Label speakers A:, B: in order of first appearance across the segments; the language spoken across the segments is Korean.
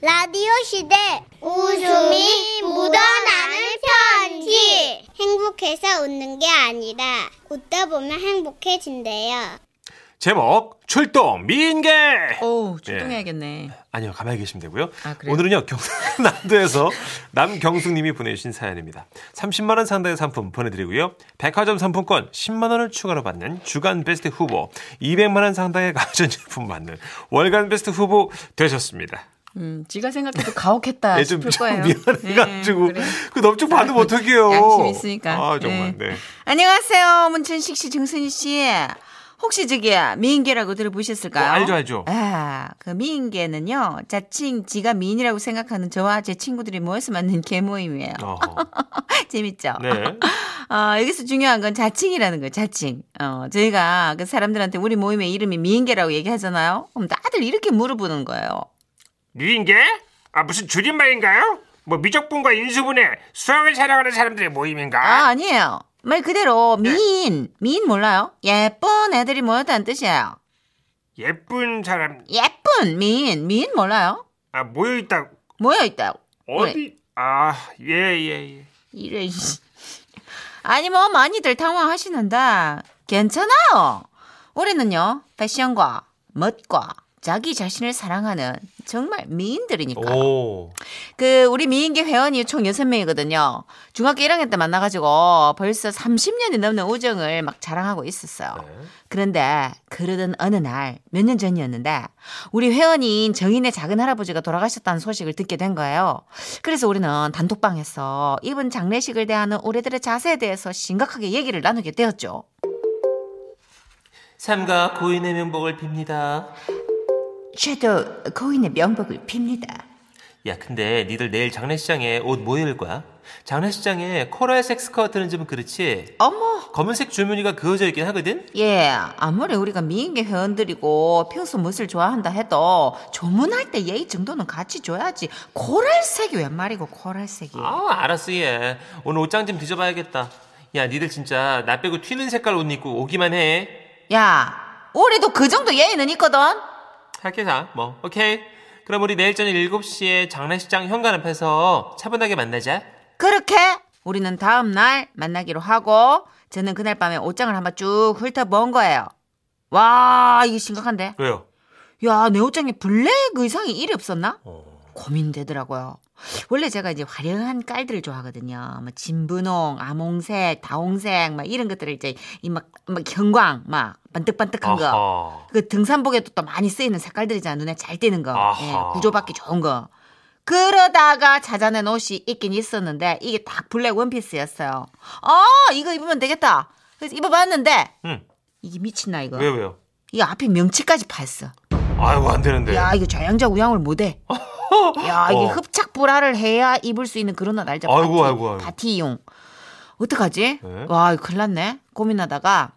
A: 라디오 시대 웃음이 묻어나는 편지 행복해서 웃는 게 아니라 웃다 보면 행복해진대요.
B: 제목 출동 미인계
C: 어우, 출동해야겠네.
B: 아니요 가만히 계시면 되고요
C: 아, 그래요?
B: 오늘은요 경남도에서 남경숙님이 보내주신 사연입니다 30만 원 상당의 상품 보내드리고요 백화점 상품권 10만 원을 추가로 받는 주간 베스트 후보 200만 원 상당의 가전제품 받는 월간 베스트 후보 되셨습니다
C: 음, 지가 생각해도 가혹했다
B: 예, 좀,
C: 아, 싶을
B: 좀
C: 거예요.
B: 미안해가지고
C: 네, 그래.
B: 그 넘쭉 받으면 어떡해요
C: 양심 있으니까.
B: 아 정말
C: 네.
B: 네.
C: 안녕하세요, 문천식 씨, 정선희 씨. 혹시 저기 미인계라고 들어보셨을까요?
B: 어, 알죠, 알죠.
C: 아, 그 미인계는요, 자칭 지가 미인이라고 생각하는 저와 제 친구들이 모여서 만든 계모임이에요.
B: 어허.
C: 재밌죠?
B: 네.
C: 어, 여기서 중요한 건 자칭이라는 거예요, 자칭. 어, 저희가 그 사람들한테 우리 모임의 이름이 미인계라고 얘기하잖아요? 그럼 다들 이렇게 물어보는 거예요.
D: 미인계? 아 무슨 줄임말인가요? 뭐 미적분과 인수분해, 수학을 사랑하는 사람들의 모임인가?
C: 아, 아니에요. 말 그대로 미인. 미인 몰라요? 예쁜 애들이 모였다는 뜻이에요.
D: 예쁜 사람
C: 예쁜 미인. 미인 몰라요?
D: 아 모여 있다
C: 모여있다고. 그래.
D: 어디? 아 예 예 예.
C: 이래. 씨. 아니 뭐 많이들 당황하시는데 괜찮아요. 우리는요. 패션과 멋과 자기 자신을 사랑하는 정말 미인들이니까요.
B: 오.
C: 그 우리 미인계 회원이 총 6명이거든요. 중학교 1학년 때 만나가지고 벌써 30년이 넘는 우정을 막 자랑하고 있었어요. 그런데 그러던 어느 날 몇 년 전이었는데 우리 회원인 정인의 작은 할아버지가 돌아가셨다는 소식을 듣게 된 거예요. 그래서 우리는 단톡방에서 이번 장례식을 대하는 우리들의 자세에 대해서 심각하게 얘기를 나누게 되었죠.
B: 삼가 고인의 명복을 빕니다
C: 저도 고인의 명복을 빕니다.
B: 야, 근데 니들 내일 장례식장에 옷 뭐 입을 거야? 장례식장에 코랄 색스커트는 좀 그렇지.
C: 어머
B: 검은색 줄무늬가 그어져 있긴 하거든.
C: 예, 아무리 우리가 미인계 회원들이고 평소 멋을 좋아한다 해도 조문할 때 예의 정도는 같이 줘야지. 코랄색이 웬 말이고 코랄색이.
B: 아, 알았어 얘. 오늘 옷장 좀 뒤져봐야겠다. 야, 니들 진짜 나 빼고 튀는 색깔 옷 입고 오기만 해.
C: 야, 우리도 그 정도 예의는 있거든.
B: 할게 다. 뭐, 오케이. 그럼 우리 내일 저녁 7시에 장례식장 현관 앞에서 차분하게 만나자.
C: 그렇게 우리는 다음 날 만나기로 하고 저는 그날 밤에 옷장을 한번 쭉 훑어본 거예요. 와, 이게 심각한데.
B: 왜요?
C: 야, 내 옷장에 블랙 의상이 일이 없었나?
B: 어.
C: 고민되더라고요. 원래 제가 이제 화려한 깔들을 좋아하거든요. 뭐 진분홍, 암홍색, 다홍색, 막 이런 것들을 이제 이막 막 경광, 막 반뜩반뜩한 거.
B: 아하.
C: 그 등산복에도 또 많이 쓰이는 색깔들이잖아. 눈에 잘 띄는 거.
B: 아하.
C: 예, 구조받기 좋은 거. 그러다가 찾아낸 옷이 있긴 있었는데 이게 딱 블랙 원피스였어요. 아, 이거 입으면 되겠다. 그래서 입어봤는데
B: 응.
C: 이게 미친나 이거.
B: 왜 왜요?
C: 이 앞에 명치까지 팠어.
B: 아이고 안 되는데.
C: 야 이거 좌양자 우양을 못해. 야 이게
B: 네. 어.
C: 흡착 불화를 해야 입을 수 있는 그런 옷 알죠?
B: 아이고,
C: 바티,
B: 아이고, 아이고.
C: 바티용. 어떡하지?
B: 네.
C: 와 이거 큰일 났네. 고민하다가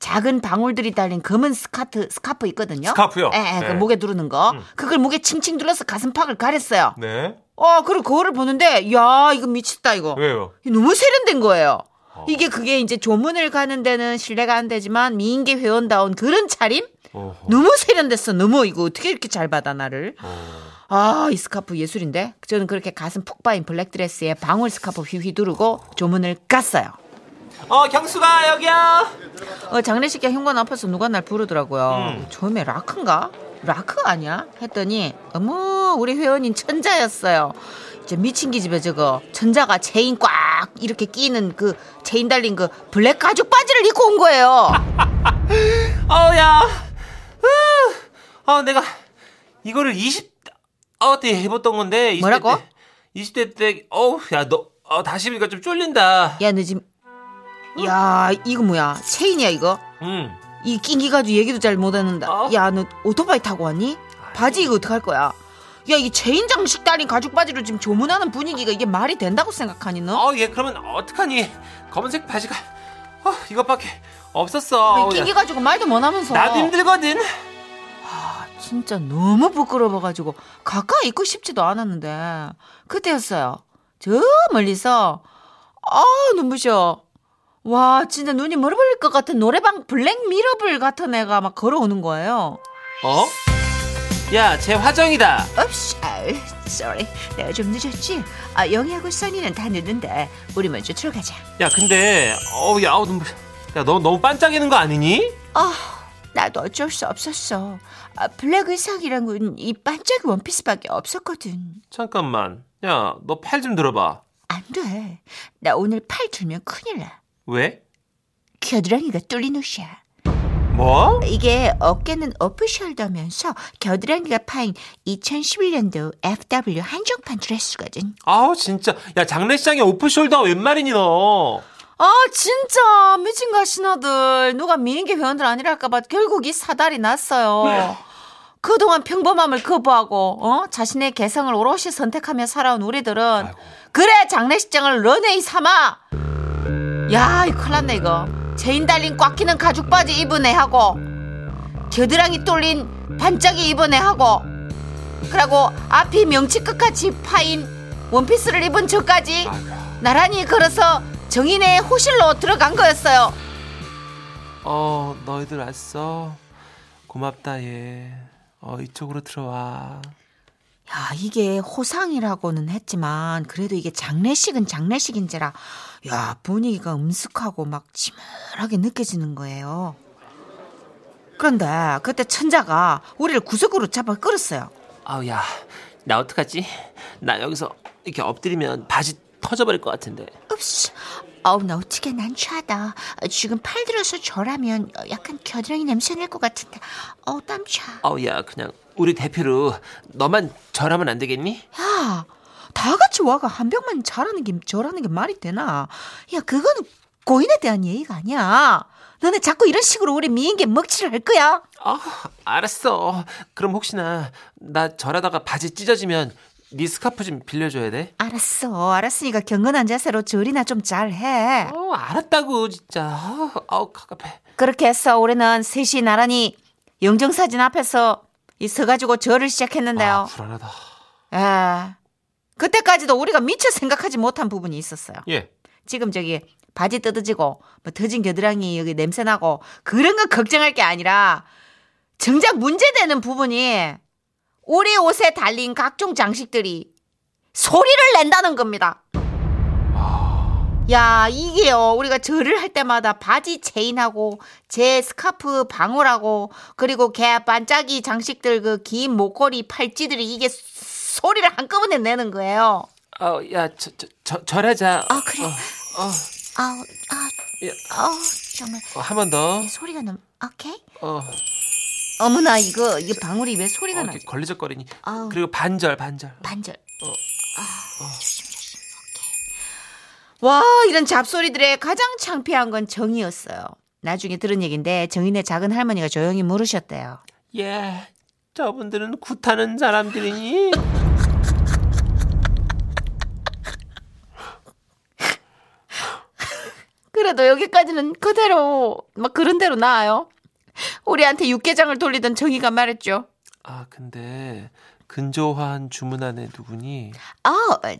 C: 작은 방울들이 달린 검은 스카트 스카프 있거든요.
B: 스카프요?
C: 예, 예, 그
B: 네.
C: 목에 두르는 거. 그걸 목에 칭칭 둘러서 가슴팍을 가렸어요.
B: 네.
C: 어 그리고 그거를 보는데 야 이거 미쳤다 이거.
B: 왜요? 어.
C: 이게 너무 세련된 거예요. 이게 그게 이제 조문을 가는 데는 신뢰가 안 되지만 미인계 회원다운 그런 차림?
B: 어허.
C: 너무 세련됐어. 너무 이거 어떻게 이렇게 잘 받아 나를. 아, 이 스카프 예술인데. 저는 그렇게 가슴 푹 빠인 블랙 드레스에 방울 스카프 휘휘 두르고 조문을 갔어요.
B: 어, 경수가 여기야.
C: 어, 장례식장 현관 앞에서 누가 날 부르더라고요. 처음에 라크인가? 라크 아니야? 했더니 어머 우리 회원인 천자였어요. 이제 미친 기집애 저거 천자가 체인 꽉 이렇게 끼는 그 체인 달린 그 블랙 가죽 바지를 입고 온 거예요.
B: 어우 야, 으, 아 내가 이거를 20 아홉 때 해봤던 건데 20대
C: 뭐라고?
B: 때, 20대 때 어우 야너 어, 다시 보니까 좀 쫄린다.
C: 야 너 지금 야 이거 뭐야 체인이야 이거?
B: 음.
C: 이 낑기가지고 얘기도 잘 못하는다.
B: 어?
C: 야, 너 오토바이 타고 왔니? 바지 이거 어떡할 거야? 야, 이게 체인 장식 달린 가죽 바지로 지금 조문하는 분위기가 이게 말이 된다고 생각하니 너?
B: 어얘 예, 그러면 어떡하니? 검은색 바지가 어 이것밖에 없었어. 어우, 야.
C: 낑기가지고 말도 못하면서.
B: 나도 힘들거든.
C: 진짜 너무 부끄러워가지고 가까이 있고 싶지도 않았는데 그때였어요. 저 멀리서 아 눈부셔. 와 진짜 눈이 멀어버릴 것 같은 노래방 블랙미러블 같은 애가 막 걸어오는 거예요.
B: 어? 야, 제 화정이다.
C: 업씨, 아유, oh, sorry. 내가 좀 늦었지? 아, 영희하고 써니는 다 늦는데 우리 먼저 들어가자.
B: 야, 근데 어우, 야, 어우, 눈물. 야, 너 너무 반짝이는 거 아니니?
C: 아, 나도 어쩔 수 없었어. 아, 블랙 의상이란 건 이 반짝이 원피스밖에 없었거든.
B: 잠깐만. 야, 너 팔 좀 들어봐.
C: 안 돼. 나 오늘 팔 들면 큰일 나.
B: 왜?
C: 겨드랑이가 뚫린 옷이야.
B: 뭐?
C: 이게 어깨는 오프숄더면서 겨드랑이가 파인 2011년도 FW 한정판 드레스거든.
B: 아우 진짜. 야, 장례식장에 오프숄더 웬 말이니 너?
C: 아 진짜 미친 가시나들 누가 미인계 회원들 아니랄까봐 결국 이 사달이 났어요. 그동안 평범함을 거부하고 어? 자신의 개성을 오롯이 선택하며 살아온 우리들은 그래 장례식장을 런웨이 삼아. 야 이거 큰일 났네 이거. 제인 달린 꽉 끼는 가죽 바지 입은 애하고 겨드랑이 뚫린 반짝이 입은 애하고 그리고 앞이 명치 끝까지 파인 원피스를 입은 저까지 나란히 걸어서 정인의 호실로 들어간 거였어요.
B: 어, 너희들 왔어. 고맙다 얘. 어, 이쪽으로 들어와.
C: 야, 이게 호상이라고는 했지만 그래도 이게 장례식은 장례식인지라 야, 분위기가 음숙하고 막 침울하게 느껴지는 거예요. 그런데 그때 천자가 우리를 구석으로 잡아 끌었어요.
B: 아우 야, 나 어떡하지? 나 여기서 이렇게 엎드리면 바지 터져버릴 것 같은데.
C: 읍씨. 어우, 나 어떻게 난 취하다. 지금 팔 들어서 절하면 약간 겨드랑이 냄새 날 것 같은데. 어우, 땀 차.
B: 아우 야, 그냥 우리 대표로 너만 절하면 안 되겠니?
C: 야, 다 같이 와가 한 병만 잘하는 게 저라는 게 말이 되나? 야, 그거는 고인에 대한 예의가 아니야. 너네 자꾸 이런 식으로 우리 미인계 먹칠을 할 거야?
B: 아, 알았어. 그럼 혹시나 나 절하다가 바지 찢어지면 네 스카프 좀 빌려줘야 돼.
C: 알았어, 알았으니까 경건한 자세로 절이나 좀 잘해.
B: 어, 알았다고 진짜. 아우, 아우 갑갑해.
C: 그렇게 해서 우리는 셋이 나란히 영정사진 앞에서 이 서가지고 절을
B: 아,
C: 시작했는데요.
B: 불안하다.
C: 아, 그때까지도 우리가 미처 생각하지 못한 부분이 있었어요.
B: 예.
C: 지금 저기 바지 뜯어지고 뭐 터진 겨드랑이 여기 냄새 나고 그런 거 걱정할 게 아니라 정작 문제되는 부분이 우리 옷에 달린 각종 장식들이 소리를 낸다는 겁니다. 야, 이게요. 우리가 절을 할 때마다 바지 체인하고 제 스카프 방울하고 그리고 개 반짝이 장식들 그 긴 목걸이 팔찌들이 이게 소리를 한꺼번에 내는 거예요.
B: 아, 야, 저, 저, 저, 절하자.
C: 아, 그래.
B: 어,
C: 아우, 아,
B: 예.
C: 아우, 정말.
B: 어, 한 번 더.
C: 소리가 나. 오케이.
B: 어,
C: 어머나 이거 이 방울이 왜 소리가
B: 어,
C: 나지?
B: 걸리적거리니.
C: 아우.
B: 그리고 반절, 반절.
C: 반절. 어. 아, 조심, 조심. 오케이. 와 이런 잡소리들의 가장 창피한 건 정이었어요. 나중에 들은 얘긴데 정인의 작은 할머니가 조용히 물으셨대요.
B: 예. 저분들은 굿하는 사람들이니.
C: 그래도 여기까지는 그대로 막 그런 대로 나아요. 우리한테 육개장을 돌리던 정이가 말했죠.
B: 아, 근데 근조화한 주문 안에 누구니?
C: 어,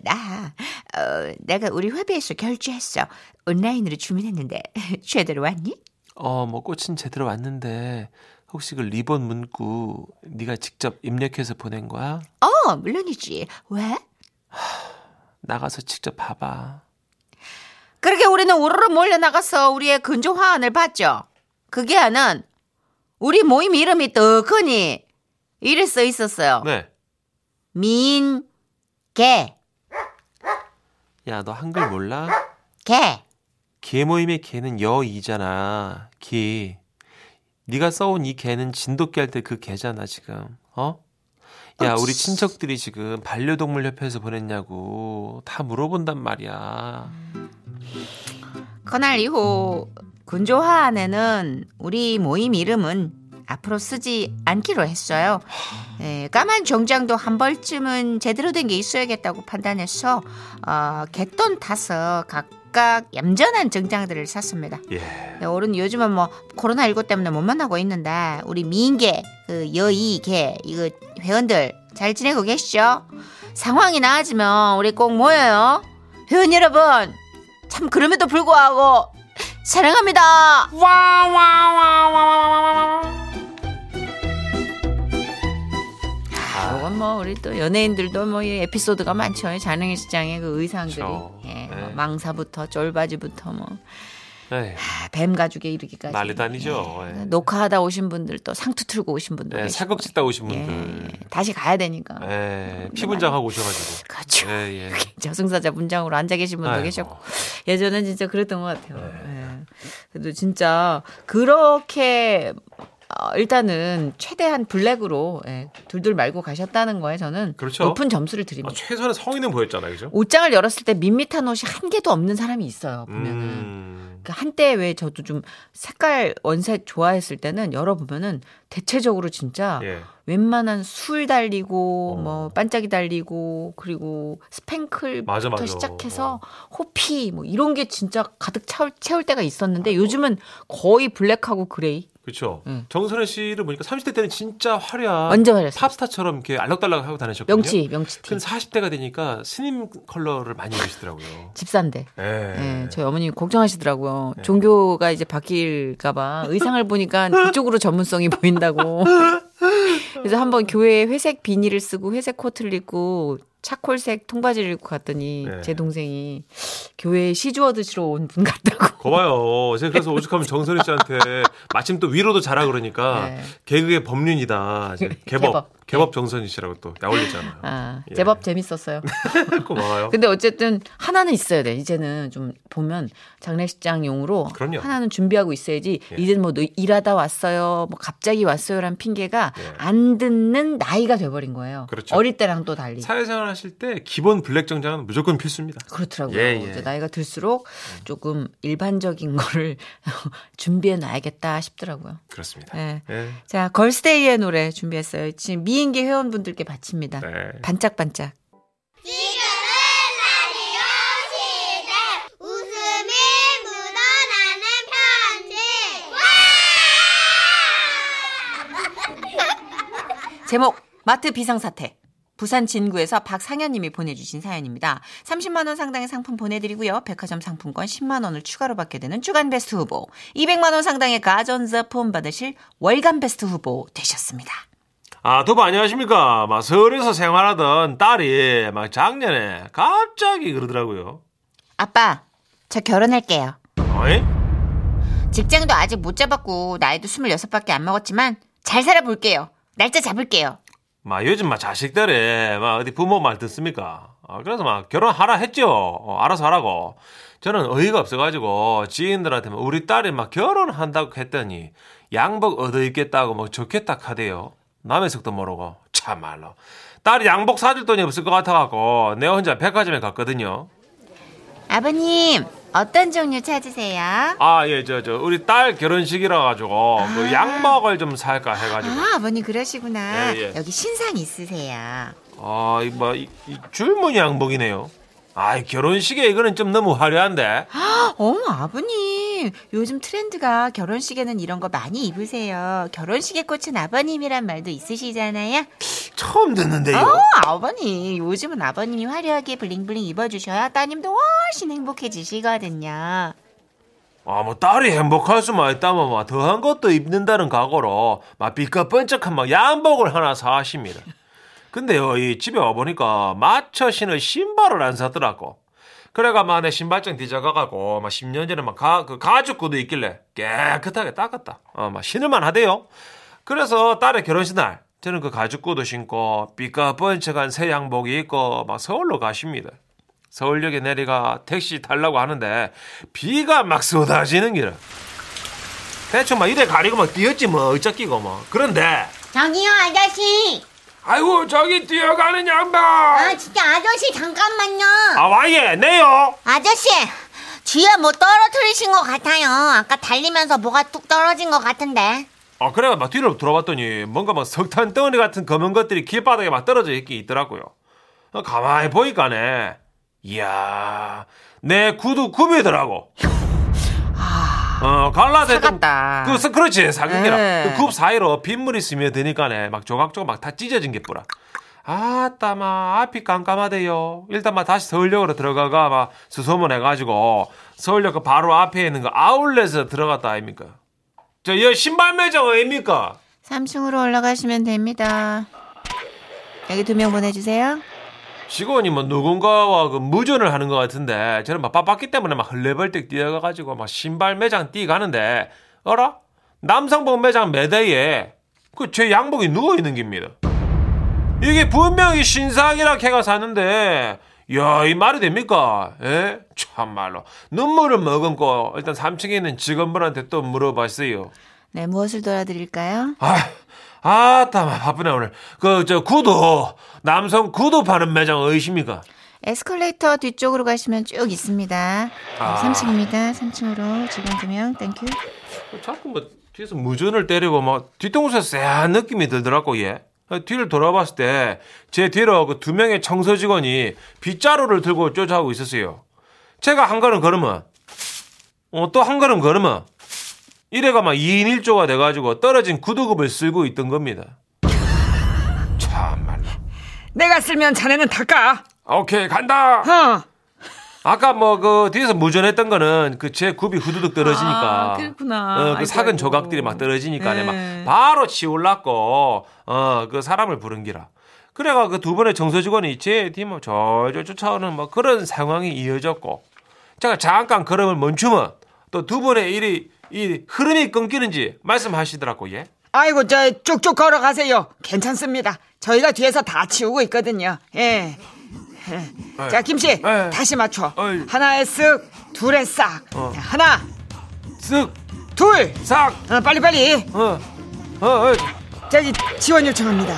C: 나, 어, 내가 우리 회비에서 결제했어. 온라인으로 주문했는데 제대로 왔니?
B: 어, 뭐 꽃은 제대로 왔는데 혹시 그 리본 문구 네가 직접 입력해서 보낸 거야?
C: 어, 물론이지. 왜?
B: 나가서 직접 봐봐.
C: 그렇게 우리는 우르르 몰려 나가서 우리의 근조 화환을 봤죠. 그게 하는 우리 모임 이름이 떡하니 이래 써 있었어요.
B: 네.
C: 미인 개
B: 야, 너 한글 몰라?
C: 개.
B: 개 모임의 개는 여이잖아. 개. 네가 써온 이 개는 진돗개 할 때 그 개잖아 지금. 어?
C: 아,
B: 야, 우리 친척들이 지금 반려동물 협회에서 보냈냐고 다 물어본단 말이야.
C: 그날 이후 근조 화환에는 우리 모임 이름은 앞으로 쓰지 않기로 했어요. 예, 까만 정장도 한 벌쯤은 제대로 된 게 있어야겠다고 판단해서 어, 갯돈 타서 각각 얌전한 정장들을 샀습니다.
E: 예.
C: 네, 어른 요즘은 뭐 코로나19 때문에 못 만나고 있는데 우리 미인계 그 여의계 이거 회원들 잘 지내고 계시죠? 상황이 나아지면 우리 꼭 모여요. 회원 여러분 참 그럼에도 불구하고 사랑합니다.
D: 와와와와와와와
B: 아,
C: 요건 뭐 우리 또 연예인들도 뭐이 에피소드가 많죠. 이 장례 시장의 그 의상들이
B: 그렇죠.
C: 예, 뭐
B: 네.
C: 망사부터 쫄바지부터 뭐
B: 에이,
C: 뱀 가죽에 이르기까지
B: 난리도 아니죠.
C: 예.
B: 예.
C: 녹화하다 오신 분들 또 상투 틀고 오신 분들
B: 예,
C: 계시고.
B: 사극 찍다 오신
C: 예,
B: 분들.
C: 예. 다시 가야 되니까.
B: 예, 피분장하고 오셔가지고.
C: 그렇죠.
B: 예, 예.
C: 저승사자 분장으로 앉아 계신 분도
B: 아이고. 네.
C: 계셨고 예전엔 진짜 그랬던 것 같아요. 예. 그래도 진짜 그렇게 어, 일단은 최대한 블랙으로 예, 둘둘 말고 가셨다는 거에 저는
B: 그렇죠.
C: 높은 점수를
B: 아,
C: 드립니다.
B: 최소한의 성의는 보였잖아요, 그죠?
C: 옷장을 열었을 때 밋밋한 옷이 한 개도 없는 사람이 있어요. 보면은
B: 음,
C: 그 한때 왜 저도 좀 색깔 원색 좋아했을 때는 열어보면은 대체적으로 진짜
B: 예.
C: 웬만한 술 달리고
B: 어.
C: 뭐 반짝이 달리고 그리고
B: 맞아, 어.
C: 스팽클부터
B: 맞아.
C: 시작해서 호피 뭐 이런 게 진짜 가득 차올- 채울 때가 있었는데 요즘은 거의 블랙하고 그레이
B: 그렇죠.
C: 음.
B: 정선혜 씨를 보니까 30대 때는 진짜 화려한
C: 완전 화려했어요.
B: 팝스타처럼 이렇게 알록달락 하고 다니셨거든요.
C: 명치 명치 티
B: 아, 근데 40대가 되니까 스님 컬러를 많이 입으시더라고요.
C: 집사인데
B: 예.
C: 예, 저희 어머니 걱정하시더라고요. 종교가 이제 바뀔까봐 의상을 보니까 그쪽으로 전문성이 보인다고. 그래서 한번 교회에 회색 비닐을 쓰고 회색 코트를 입고 차콜색 통바지를 입고 갔더니
B: 네.
C: 제 동생이 교회에 시주어 드시러 온 분 같다고.
B: 거 봐요. 제가 그래서 오죽하면 정선혜 씨한테 마침 또 위로도 잘하 그러니까
C: 네.
B: 개그의 법륜이다. 이제 개법.
C: 개법.
B: 개법 정선희 씨라고 또 나올렸잖아요.
C: 아,
B: 예.
C: 제법 재밌었어요.
B: 고마워요.
C: 근데 어쨌든 하나는 있어야 돼. 이제는 좀 보면 장례식장용으로
B: 그럼요. 예.
C: 하나는 준비하고 있어야지. 이제는 뭐너 일하다 왔어요. 뭐 갑자기 왔어요라는 핑계가
B: 예.
C: 안 듣는 나이가 돼버린 거예요.
B: 그렇죠.
C: 어릴 때랑 또 달리.
B: 사회생활 하실 때 기본 블랙 정장은 무조건 필수입니다.
C: 그렇더라고요.
B: 예, 음. 예.
C: 이제 나이가 들수록 조금 일반적인 거를 준비해 놔야겠다 싶더라고요.
B: 그렇습니다.
C: 예.
B: 예.
C: 자, 걸스데이의 노래 준비했어요. 지금 미인계 회원분들께 바칩니다.
B: 네.
C: 반짝반짝.
A: 라디오 시대 웃음이 묻어나는 편지
C: 제목 마트 비상사태 부산 진구에서 박상현님이 보내주신 사연입니다. 30만 원 상당의 상품 보내드리고요. 백화점 상품권 10만 원을 추가로 받게 되는 주간 베스트 후보, 200만 원 상당의 가전제품 받으실 월간 베스트 후보 되셨습니다.
B: 아, 두분 안녕하십니까. 막 서울에서 생활하던 딸이 막 작년에 갑자기 그러더라고요.
C: 아빠, 저 결혼할게요.
B: 어이?
C: 직장도 아직 못 잡았고 나이도 26밖에 안 먹었지만 잘 살아볼게요. 날짜 잡을게요.
B: 막 요즘 막 자식들이 막 어디 부모 말 듣습니까? 아, 그래서 막 결혼하라 했죠. 어, 알아서 하라고. 저는 어이가 없어가지고 지인들한테 막 우리 딸이 막 결혼한다고 했더니 양복 얻어 입겠다고 뭐 좋겠다 하대요. 남의 속도 모르고 참말로. 딸이 양복 사줄 돈이 없을 것 같아갖고 내 혼자 백화점에 갔거든요.
C: 아버님, 어떤 종류 찾으세요?
B: 아, 예, 저, 저, 우리 딸 결혼식이라 가지고 그 양복을 좀 살까 해가지고.
C: 아, 아버님 그러시구나.
B: 예, 예.
C: 여기 신상 있으세요.
B: 아, 이, 뭐, 이, 이 줄무늬 양복이네요. 아, 결혼식에 이거는 좀 너무 화려한데.
C: 어머 아버님 요즘 트렌드가 결혼식에는 이런 거 많이 입으세요 결혼식에 꽂힌 아버님이란 말도 있으시잖아요
B: 처음 듣는데요.
C: 어 아버님 요즘은 아버님이 화려하게 블링블링 입어주셔야 따님도 훨씬 행복해지시거든요
B: 아, 뭐 딸이 행복할 수만 있다면 막 더한 것도 입는다는 각오로 막 삐까번쩍한 막 양복을 하나 사십니다. 근데요, 이 집에 와 보니까 마처 신을 신발을 안 사더라고. 그래가 막내 신발장 뒤져가가고 막 10년 전에 막 가, 그 가죽 구두 있길래 깨끗하게 닦았다. 어, 막 신을만 하대요. 그래서 딸의 결혼식 날 저는 그 가죽 구두 신고 삐까번쩍한 새 양복이 입고 막 서울로 가십니다. 서울역에 내리가 택시 달라고 하는데 비가 막 쏟아지는 길에 대충 막 이래 가리고 막 뛰었지 뭐 의자 끼고 뭐 그런데
A: 저기요 아저씨
F: 아이고 저기 뛰어가는 양반
A: 아 진짜 아저씨 잠깐만요
B: 아 와예 내요
G: 아저씨 뒤에 뭐 떨어뜨리신 것 같아요. 아까 달리면서 뭐가 뚝 떨어진 것 같은데.
B: 아 그래가 막 뒤로 돌아봤더니 뭔가 막 석탄 덩어리 같은 검은 것들이 길바닥에 막 떨어져 있긴 있더라고요 아, 가만히 보니까네 이야 내 구두 굽이더라고 어 갈라졌던
C: 아, 사갔다.
B: 그 스- 그렇지 사극이라
C: 예.
B: 그굽 사이로 빗물이 스며드니까네 막 조각조각 막 다 찢어진 게 뿌라 아따 마 앞이 깜깜하대요 일단 막 다시 서울역으로 들어가가 막 수소문 해가지고 서울역 그 바로 앞에 있는 그 아울렛에 들어갔다 아닙니까 저여 신발 매장 어입니까
C: 3층으로 올라가시면 됩니다 여기 두 명 보내주세요.
B: 직원이 뭐 누군가와 그 무전을 하는 것 같은데 저는 막 바빴기 때문에 막 헐레벌떡 뛰어가가지고 막 신발 매장 뛰어가는데 어라 남성복 매장 매대에 그 제 양복이 누워 있는 겁니다. 이게 분명히 신상이라 걔가 샀는데 야, 이 말이 됩니까? 예? 참말로. 눈물을 머금고 일단 3층에 있는 직원분한테 또 물어봤어요.
C: 네, 무엇을 도와드릴까요?
B: 아, 아따, 바쁘네, 오늘. 그, 저, 구두, 남성 구두 파는 매장 어디십니까?
C: 에스컬레이터 뒤쪽으로 가시면 쭉 있습니다. 네,
B: 아.
C: 3층입니다. 3층으로 직원 두 명, 땡큐.
B: 자꾸 뭐, 뒤에서 무전을 때리고, 막, 뒤통수에 쎄한 느낌이 들더라고, 얘. 아, 뒤를 돌아봤을 때, 제 뒤로 그 두 명의 청소 직원이 빗자루를 들고 쫓아오고 있었어요. 제가 한 걸음 걸으면, 어, 또 한 걸음 걸으면, 이래가 막 2인 1조가 돼가지고 떨어진 구두굽을 쓸고 있던 겁니다. 참말로.
C: 내가 쓸면 자네는 닦아.
B: 오케이 간다.
C: 어.
B: 아까 뭐 그 뒤에서 무전했던 거는 그 제 굽이 후두둑 떨어지니까.
C: 아, 그렇구나.
B: 어, 그
C: 아이고,
B: 사근
C: 아이고.
B: 조각들이 막 떨어지니까
C: 네.
B: 네. 막 바로 치올랐고 어그 사람을 부른 기라. 그래가 그 두 번의 정서 직원이 제 팀을 저저 쫓아오는 뭐 그런 상황이 이어졌고 제가 잠깐 걸음을 멈추면 또 두 번의 일이 이 흐름이 끊기는지 말씀하시더라고 예.
H: 아이고 저 쭉쭉 걸어가세요. 괜찮습니다. 저희가 뒤에서 다 치우고 있거든요. 예. 예. 자 김씨
B: 예.
H: 다시 맞춰.
B: 어이. 어.
H: 하나에 쓱, 둘에 싹. 자, 하나,
B: 쓱싹어어
H: 둘. 어, 빨리 빨리.
B: 어, 어.
H: 저기 지원 요청합니다.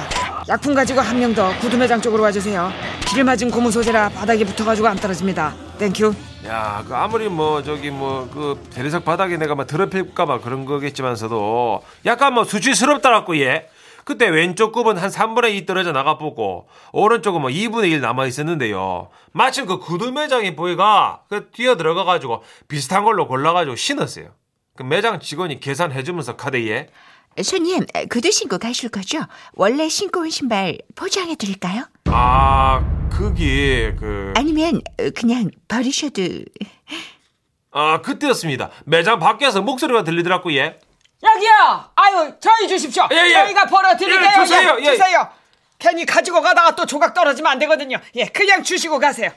H: 약품 가지고 한 명 더 구두 매장 쪽으로 와주세요. 비를 맞은 고무 소재라 바닥에 붙어가지고 안 떨어집니다. 땡큐.
B: 야, 그 아무리 뭐 저기 뭐 그 대리석 바닥에 내가 막 더럽힐까 봐 그런 거겠지만서도 약간 뭐 수치스럽더라고 얘. 그때 왼쪽 굽은 한 3분의 2 떨어져 나가보고 오른쪽은 뭐 2분의 1 남아 있었는데요. 마침 그 구두 매장의 보이가 그 뛰어 들어가 가지고 비슷한 걸로 골라 가지고 신었어요. 그 매장 직원이 계산해 주면서 카드에
C: 손님, 구두 신고 가실 거죠? 원래 신고 온 신발 포장해 드릴까요?
B: 아, 그게 그
C: 아니면 그냥 버리셔도
B: 아, 그때였습니다. 매장 밖에서 목소리가 들리더라고 얘.
H: 여기요. 아유 저희 주십시오.
B: 예, 예.
H: 저희가 벌어드릴게요.
B: 예, 주세요. 예.
H: 주세요. 괜히 가지고 가다가 또 조각 떨어지면 안 되거든요. 예, 그냥 주시고 가세요.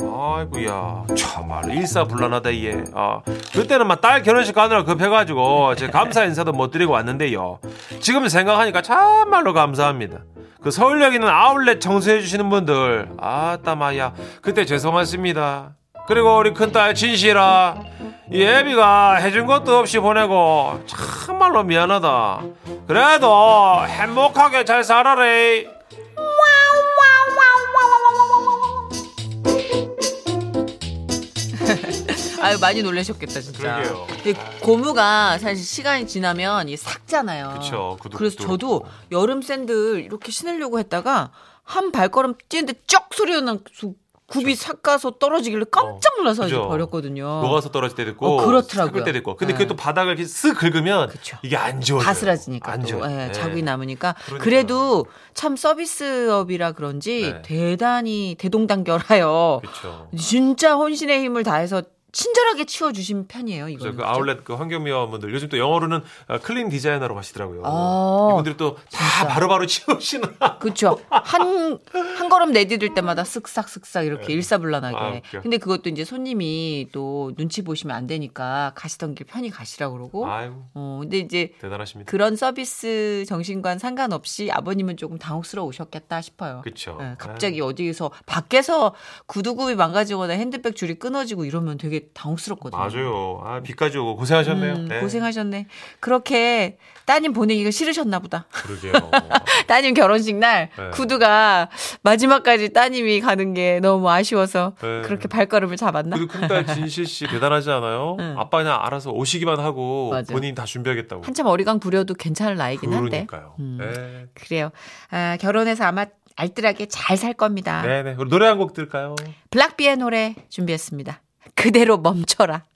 B: 아이고야 참말 일사불란하다 얘. 아 그때는 막 딸 결혼식 가느라 급해가지고 제 감사 인사도 못 드리고 왔는데요. 지금 생각하니까 참말로 감사합니다. 그 서울역 있는 아울렛 청소해 주시는 분들 아따 마야 그때 죄송했습니다. 그리고 우리 큰딸 진실아 이 애비가 해준 것도 없이 보내고 참말로 미안하다. 그래도 행복하게 잘 살아래.
C: 아유 많이 놀라셨겠다 진짜.
B: 그러게요.
C: 근데 고무가 사실 시간이 지나면 이 삭잖아요.
B: 그쵸, 구두,
C: 그래서
B: 구두.
C: 저도 여름 샌들 이렇게 신으려고 했다가 한 발걸음 뛰는데 쩍 소리가 난 수- 굽이 삭가서 떨어지길래 깜짝 놀라서 이제
B: 그죠. 뭐
C: 버렸거든요.
B: 녹아서 떨어질 때도 있고
C: 어, 그렇더라고요.
B: 긁을 때도 있고 근데
C: 네.
B: 그게 또 바닥을 이렇게 쓱 긁으면
C: 그쵸.
B: 이게 안 지워져요
C: 바스라지니까
B: 안
C: 또
B: 지워져요
C: 예,
B: 네.
C: 자국이 남으니까
B: 그러니까요.
C: 그래도참 서비스업이라 그런지
B: 네. 그렇죠.
C: 대단히 대동단결하여
B: 그쵸.
C: 진짜 혼신의 힘을 다해서 친절하게 치워주신 편이에요 이거
B: 그래서 그 아울렛 그 환경미화원분들 요즘 또 영어로는 어, 클린 디자이너로 하시더라고요
C: 아.
B: 이분들이 또 다 바로바로 치우시는
C: 그렇죠. 한, 한 걸음 내디딜 때마다 쓱싹쓱싹 이렇게 일사불란하게.
B: 아, 웃겨.
C: 근데 그것도 이제 손님이 또 눈치 보시면 안 되니까 가시던 길 편히 가시라 그러고.
B: 아이고
C: 어, 근데 이제
B: 대단하십니다
C: 그런 서비스 정신과는 상관없이 아버님은 조금 당혹스러우셨겠다 싶어요.
B: 그쵸. 아.
C: 예, 갑자기 어디서 밖에서 구두굽이 망가지거나 핸드백 줄이 끊어지고 이러면 되게 당혹스럽거든요.
B: 맞아요 아 비까지 오고 고생하셨네요
C: 음,
B: 네.
C: 고생하셨네. 그렇게 따님 보내기가 싫으셨나 보다.
B: 그러게요
C: 따님 결혼식 날
B: 네.
C: 구두가 마지막까지 따님이 가는 게 너무 아쉬워서
B: 네.
C: 그렇게 발걸음을 잡았나?
B: 그리고 큰딸 진실 씨 대단하지 않아요 아빠 그냥 알아서 오시기만 하고
C: 예. 맞아.
B: 본인이 다 준비하겠다고
C: 한참 어리광 부려도 괜찮을 나이긴 한데.
B: 그러니까요
C: 음.
B: 네.
C: 그래요. 아, 결혼해서 아마 알뜰하게 잘 살
B: 네.
C: 겁니다.
B: 네네 우리 노래 한 곡 들을까요
C: 블락비의 노래 준비했습니다. 그대로 멈춰라.